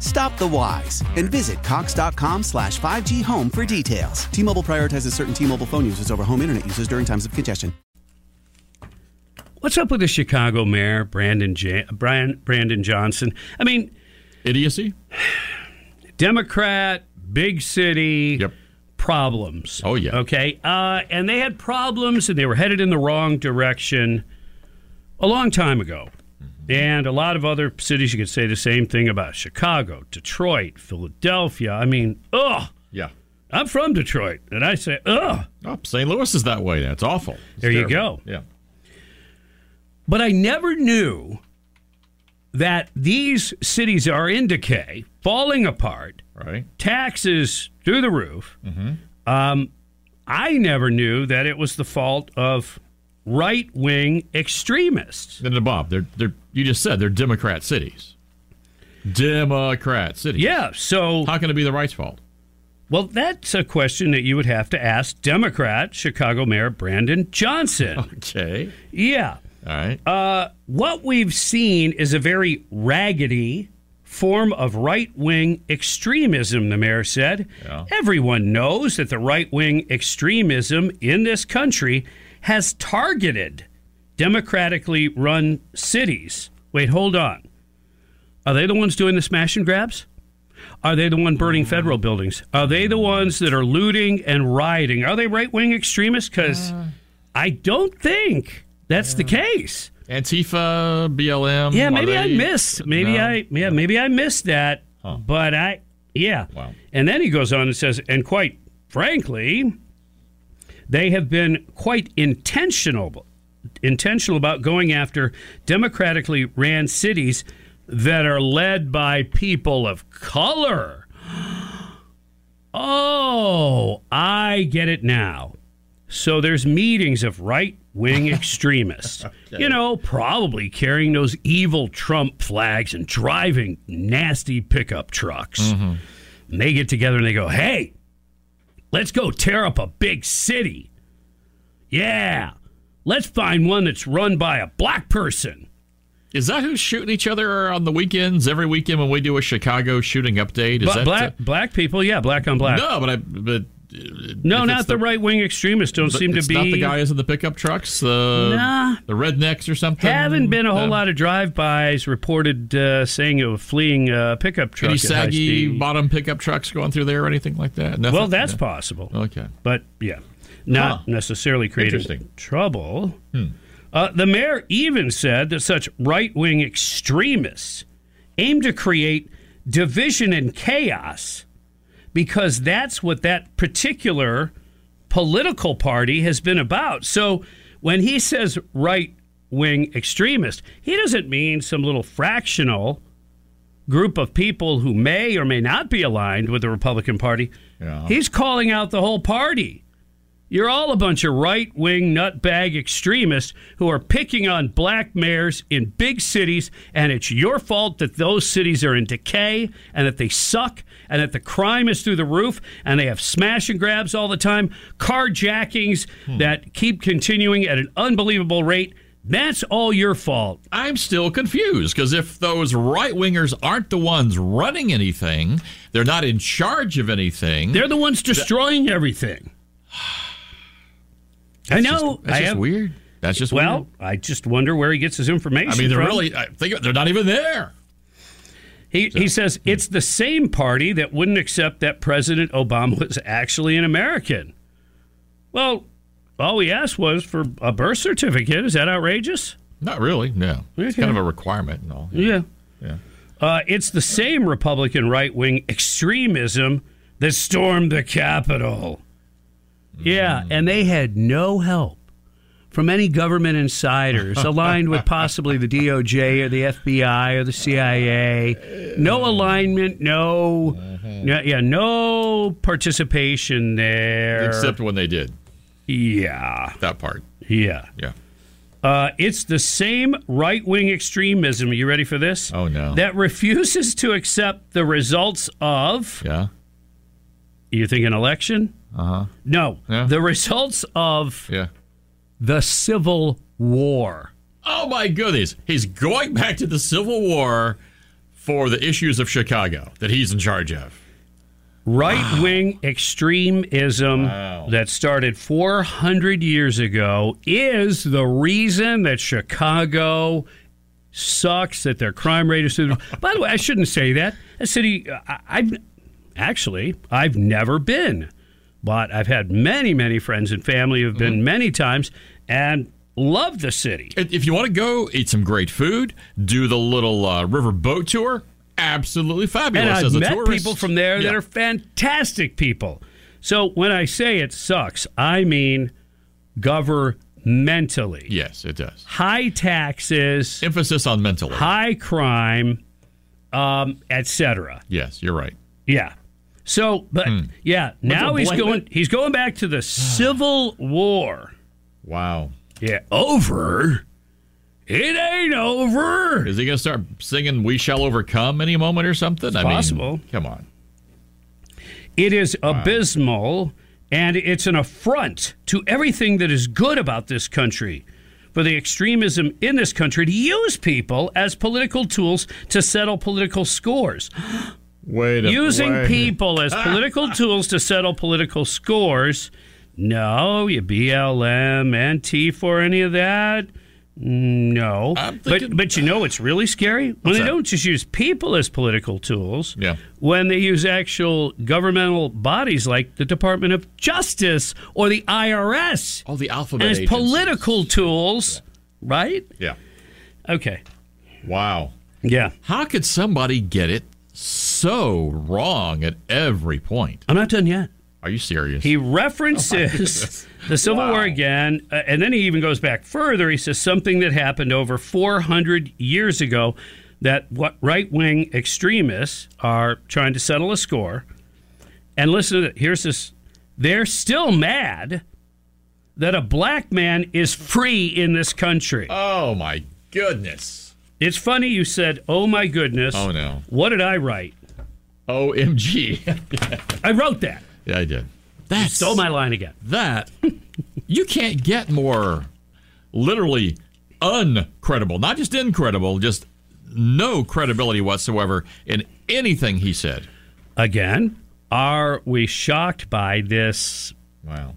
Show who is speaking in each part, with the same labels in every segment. Speaker 1: Stop the whys and visit cox.com slash 5G home for details. T-Mobile prioritizes certain T-Mobile phone users over home internet users during times of congestion.
Speaker 2: What's up with the Chicago mayor, Brandon, ja- Brian, Brandon Johnson? I mean,
Speaker 3: Idiocy?
Speaker 2: Democrat, big city.
Speaker 3: Yep.
Speaker 2: Problems.
Speaker 3: Oh, yeah.
Speaker 2: Okay. Uh, and they had problems and they were headed in the wrong direction a long time ago.
Speaker 3: Mm-hmm.
Speaker 2: And a lot of other cities, you could say the same thing about Chicago, Detroit, Philadelphia. I mean, ugh.
Speaker 3: Yeah.
Speaker 2: I'm from Detroit. And I say, ugh.
Speaker 3: Oh, St. Louis is that way. That's awful. It's
Speaker 2: There you
Speaker 3: terrible.
Speaker 2: go.
Speaker 3: Yeah.
Speaker 2: But I never knew that these cities are in decay, falling apart,
Speaker 3: Right.
Speaker 2: taxes through the roof. Um, I never knew that it was the fault of right wing extremists.
Speaker 3: Then above, they're they're you just said they're Democrat cities. Democrat cities.
Speaker 2: Yeah, so,
Speaker 3: How can it be the right's fault?
Speaker 2: well, that's a question that you would have to ask Democrat Chicago Mayor Brandon
Speaker 3: Oh.
Speaker 2: Johnson.
Speaker 3: Okay.
Speaker 2: Yeah.
Speaker 3: All right.
Speaker 2: Uh, What we've seen is a very raggedy form of right wing extremism, the mayor said.
Speaker 3: Yeah.
Speaker 2: Everyone knows that the right wing extremism in this country has targeted democratically run cities. Wait, hold on. Are they the ones doing the smash and grabs? Are they the one burning federal buildings? Are they the ones that are looting and rioting? Are they right wing extremists? Because I don't think that's the case.
Speaker 3: Antifa, BLM.
Speaker 2: Yeah,
Speaker 3: are
Speaker 2: maybe I
Speaker 3: they-
Speaker 2: missed. Maybe
Speaker 3: No.
Speaker 2: I yeah, maybe I missed that. But I yeah.
Speaker 3: Wow.
Speaker 2: And then he goes on and says, and quite frankly, they have been quite intentional intentional about going after democratically ran cities that are led by people of color. Oh, I get it now. So there's meetings of right wing extremists, you know, probably carrying those evil Trump flags and driving nasty pickup trucks.
Speaker 3: Mm-hmm.
Speaker 2: And they get together and they go, hey, let's go tear up a big city. Yeah, let's find one that's run by a black person.
Speaker 3: Is that who's shooting each other on the weekends? Every weekend when we do a Chicago shooting update, is
Speaker 2: But
Speaker 3: that
Speaker 2: black, black people, yeah, black on black.
Speaker 3: No, but I but uh,
Speaker 2: No,
Speaker 3: if it's
Speaker 2: not the, right wing extremists don't
Speaker 3: but
Speaker 2: seem to
Speaker 3: it's
Speaker 2: be.
Speaker 3: not the guys in the pickup trucks, the
Speaker 2: Nah.
Speaker 3: the rednecks or something.
Speaker 2: Haven't been a whole
Speaker 3: No.
Speaker 2: lot of drive-bys reported uh, saying of fleeing uh, pickup truck.
Speaker 3: Any
Speaker 2: at high
Speaker 3: saggy
Speaker 2: speed.
Speaker 3: bottom pickup trucks going through there or anything like that? Nothing?
Speaker 2: Well, that's
Speaker 3: No.
Speaker 2: possible.
Speaker 3: Okay.
Speaker 2: But yeah, not
Speaker 3: Huh.
Speaker 2: necessarily creating
Speaker 3: Interesting. Hmm.
Speaker 2: trouble. Uh, the mayor even said that such right wing extremists aim to create division and chaos because that's what that particular political party has been about. So when he says right wing extremist, he doesn't mean some little fractional group of people who may or may not be aligned with the Republican Party.
Speaker 3: Yeah.
Speaker 2: He's calling out the whole party. You're all a bunch of right wing nutbag extremists who are picking on black mayors in big cities, and it's your fault that those cities are in decay and that they suck and that the crime is through the roof and they have smash and grabs all the time, carjackings
Speaker 3: Hmm.
Speaker 2: that keep continuing at an unbelievable rate. That's all your fault.
Speaker 3: I'm still confused because if those right wingers aren't the ones running anything, they're not in charge of anything.
Speaker 2: They're the ones destroying everything. I know.
Speaker 3: that's
Speaker 2: I
Speaker 3: just
Speaker 2: have-
Speaker 3: weird. That's just
Speaker 2: Well,
Speaker 3: Weird.
Speaker 2: I just wonder where he gets his information.
Speaker 3: I mean, they're
Speaker 2: from.
Speaker 3: really. I think of- they're not even there.
Speaker 2: He, he says it's the same party that wouldn't accept that President Obama was actually an American. Well, all he asked was for a birth certificate. Is that outrageous?
Speaker 3: Not really. No, it's
Speaker 2: Okay.
Speaker 3: kind of a requirement and all.
Speaker 2: Yeah.
Speaker 3: Yeah.
Speaker 2: Uh, it's the same Republican right wing extremism that stormed the Capitol. Yeah, and they had no help from any government insiders aligned with possibly the DOJ or the FBI or the CIA. No alignment, no, no yeah, no participation there.
Speaker 3: Except when they did
Speaker 2: yeah,
Speaker 3: that part.
Speaker 2: yeah.
Speaker 3: Yeah.
Speaker 2: Uh, it's the same right wing extremism. You ready for this?
Speaker 3: Oh, no.
Speaker 2: That refuses to accept the results of.
Speaker 3: Yeah.
Speaker 2: You think an election? Uh huh. No,
Speaker 3: Uh-huh. Yeah.
Speaker 2: the results of
Speaker 3: Yeah.
Speaker 2: the Civil War.
Speaker 3: Oh my goodness. He's going back to the Civil War for the issues of Chicago that he's in charge of.
Speaker 2: Right wing extremism that started 400 years ago is the reason that Chicago sucks, that their crime rate is through the By the way, I shouldn't say that. A city, uh, I, I've actually, I've never been, but I've had many, many friends and family who've been many times and love the city.
Speaker 3: If if you want to go eat some great food, do the little uh, river boat tour. Absolutely fabulous
Speaker 2: And
Speaker 3: as
Speaker 2: I've
Speaker 3: a
Speaker 2: met
Speaker 3: tourist.
Speaker 2: people from there that
Speaker 3: Yeah.
Speaker 2: are fantastic people. So when I say it sucks, I mean governmentally.
Speaker 3: Yes, it does.
Speaker 2: High taxes,
Speaker 3: Emphasis on mentally.
Speaker 2: high crime, um, etc.
Speaker 3: Yes, you're right.
Speaker 2: Yeah. So, but yeah, now he's
Speaker 3: blanket?
Speaker 2: going. He's going back to the Civil War.
Speaker 3: Wow.
Speaker 2: Yeah, over. It ain't over.
Speaker 3: Is he going to start singing "We Shall Overcome" any moment or something? I mean,
Speaker 2: possible.
Speaker 3: come on.
Speaker 2: It is abysmal and it's an affront to everything that is good about this country. For the extremism in this country to use people as political tools to settle political scores.
Speaker 3: Wait. A,
Speaker 2: Using people as political tools to settle political scores. No, you BLM, NT for any of that. No.
Speaker 3: I'm thinking-
Speaker 2: but but you know it's really scary? When they
Speaker 3: that?
Speaker 2: don't just use people as political tools,
Speaker 3: Yeah.
Speaker 2: when they use actual governmental bodies like the Department of Justice or the IRS
Speaker 3: all the alphabet.
Speaker 2: as
Speaker 3: agencies.
Speaker 2: political tools, right?
Speaker 3: Yeah.
Speaker 2: Okay.
Speaker 3: Wow.
Speaker 2: Yeah.
Speaker 3: How could somebody get it so wrong at every point?
Speaker 2: I'm not done yet.
Speaker 3: Are you serious?
Speaker 2: He
Speaker 3: Oh
Speaker 2: references the Civil War again, uh, and then he even goes back further. He says something that happened over 400 years ago that what right-wing extremists are trying to settle a score. And listen to this. Here's this. They're still mad that a black man is free in this country.
Speaker 3: oh my goodness.
Speaker 2: it's funny you said, "Oh my goodness."
Speaker 3: Oh, no.
Speaker 2: What did I write?
Speaker 3: OMG.
Speaker 2: I wrote that.
Speaker 3: yeah, I did. That's
Speaker 2: Stole my line again.
Speaker 3: that. you can't get more literally uncredible. Not just incredible, just no credibility whatsoever in anything he said.
Speaker 2: Again, are we shocked by this
Speaker 3: Wow.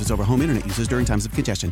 Speaker 1: over home internet users during times of congestion.